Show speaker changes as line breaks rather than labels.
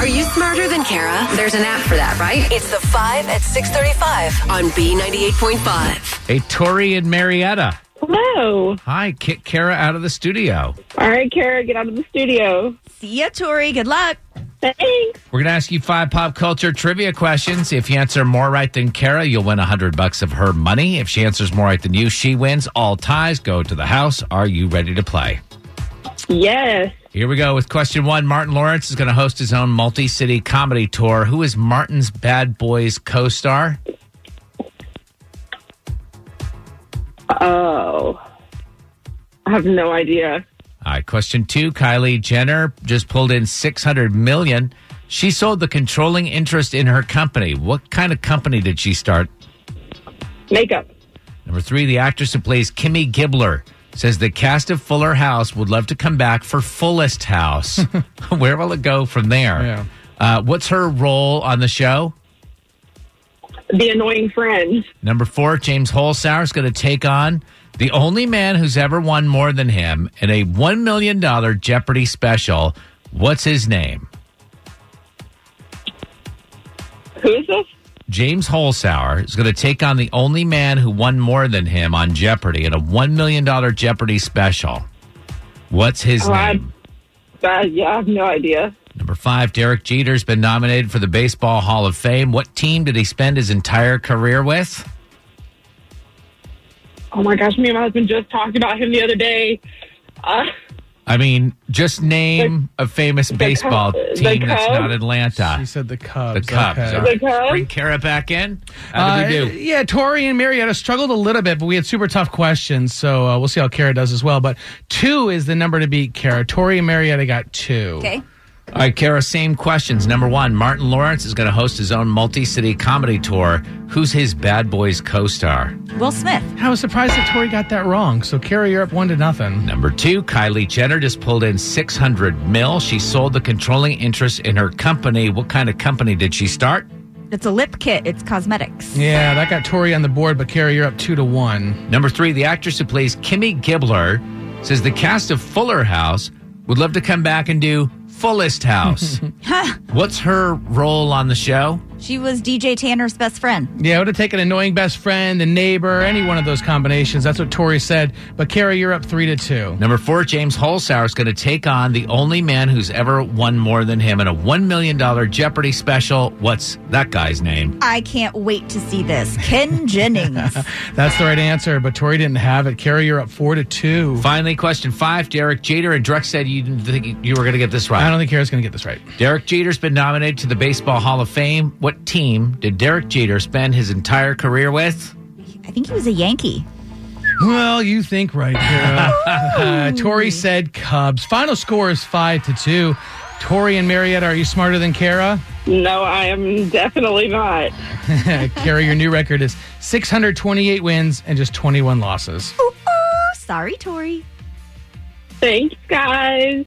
Are you smarter than Kara? There's an app for that, right?
It's the 5 at 635.
On B98.5.
Hey, Tori and Marietta.
Hello.
Hi, kick Kara out of the studio.
All right, Kara, get out of the studio.
See ya, Tori. Good luck.
Thanks.
We're going to ask you five pop culture trivia questions. If you answer more right than Kara, you'll win 100 bucks of her money. If she answers more right than you, she wins. All ties go to the house. Are you ready to play?
Yes.
Here we go with question one. Martin Lawrence is going to host his own multi city comedy tour. Who is Martin's Bad Boys co star?
Oh, I have no idea.
All right, question two. Kylie Jenner just pulled in 600 million. She sold the controlling interest in her company. What kind of company did she start?
Makeup.
Number three, the actress who plays Kimmy Gibbler says the cast of Fuller House would love to come back for Fullest House. Where will it go from there?
Yeah.
Uh, what's her role on the show?
The annoying friend.
Number four, James Holzhauer is going to take on the only man who's ever won more than him in a $1 million Jeopardy special. What's his name?
Who is this?
James Holzhauer is going to take on the only man who won more than him on Jeopardy in a $1 million Jeopardy special. What's his
Oh, I-
name?
Uh, yeah, I have no idea.
Number five, Derek Jeter's been nominated for the Baseball Hall of Fame. What team did he spend his entire career with?
Oh my gosh, me and my husband just talked about him the other day. Uh,
I mean, just name a famous baseball
Cubs- the
team that's
Cubs?
not Atlanta.
She said the
The
Cubs.
Cubs.
Okay.
All right.
The Cubs?
Bring Kara back in. How did
Uh,
we do?
Yeah, Tori and Marietta struggled a little bit, but we had super tough questions, so uh, we'll see how Kara does as well. But two is the number to beat Kara. Tori and Marietta got two.
Okay.
All right, Kara, same questions. Number one, Martin Lawrence is going to host his own multi city comedy tour. Who's his Bad Boys co star?
Will Smith.
I was surprised that Tori got that wrong. So Kara, you're up one to nothing.
Number two, Kylie Jenner just pulled in 600 mil. She sold the controlling interest in her company. What kind of company did she start?
It's a lip kit. It's cosmetics.
Yeah, that got Tori on the board, but Kara, you're up two to one.
Number three, the actress who plays Kimmy Gibbler says the cast of Fuller House would love to come back and do Fullest House. What's her role on the show?
She was DJ Tanner's best friend.
Yeah, it would have taken annoying best friend, the neighbor, any one of those combinations. That's what Tori said. But Kara, you're up three to two.
Number four, James Holzhauer is going to take on the only man who's ever won more than him in a $1 million Jeopardy special. What's that guy's name?
I can't wait to see this. Ken Jennings.
That's the right answer, but Tori didn't have it. Kara, you're up four to two.
Finally, question five, Derek Jeter. And Drex said you didn't think you were going to get this right.
I don't think Kara's going to get this right.
Derek Jeter's been nominated to the Baseball Hall of Fame. What team did Derek Jeter spend his entire career with?
I think he was a Yankee.
Well, you think right, Kara. uh, Tori said Cubs. Final score is five to two. Tori and Marietta, are you smarter than Kara?
no, I am definitely not.
Uh, Kara, your new record is 628 wins and just
Oh,
21 losses.
Ooh, ooh. Sorry, Tori.
Thanks, guys.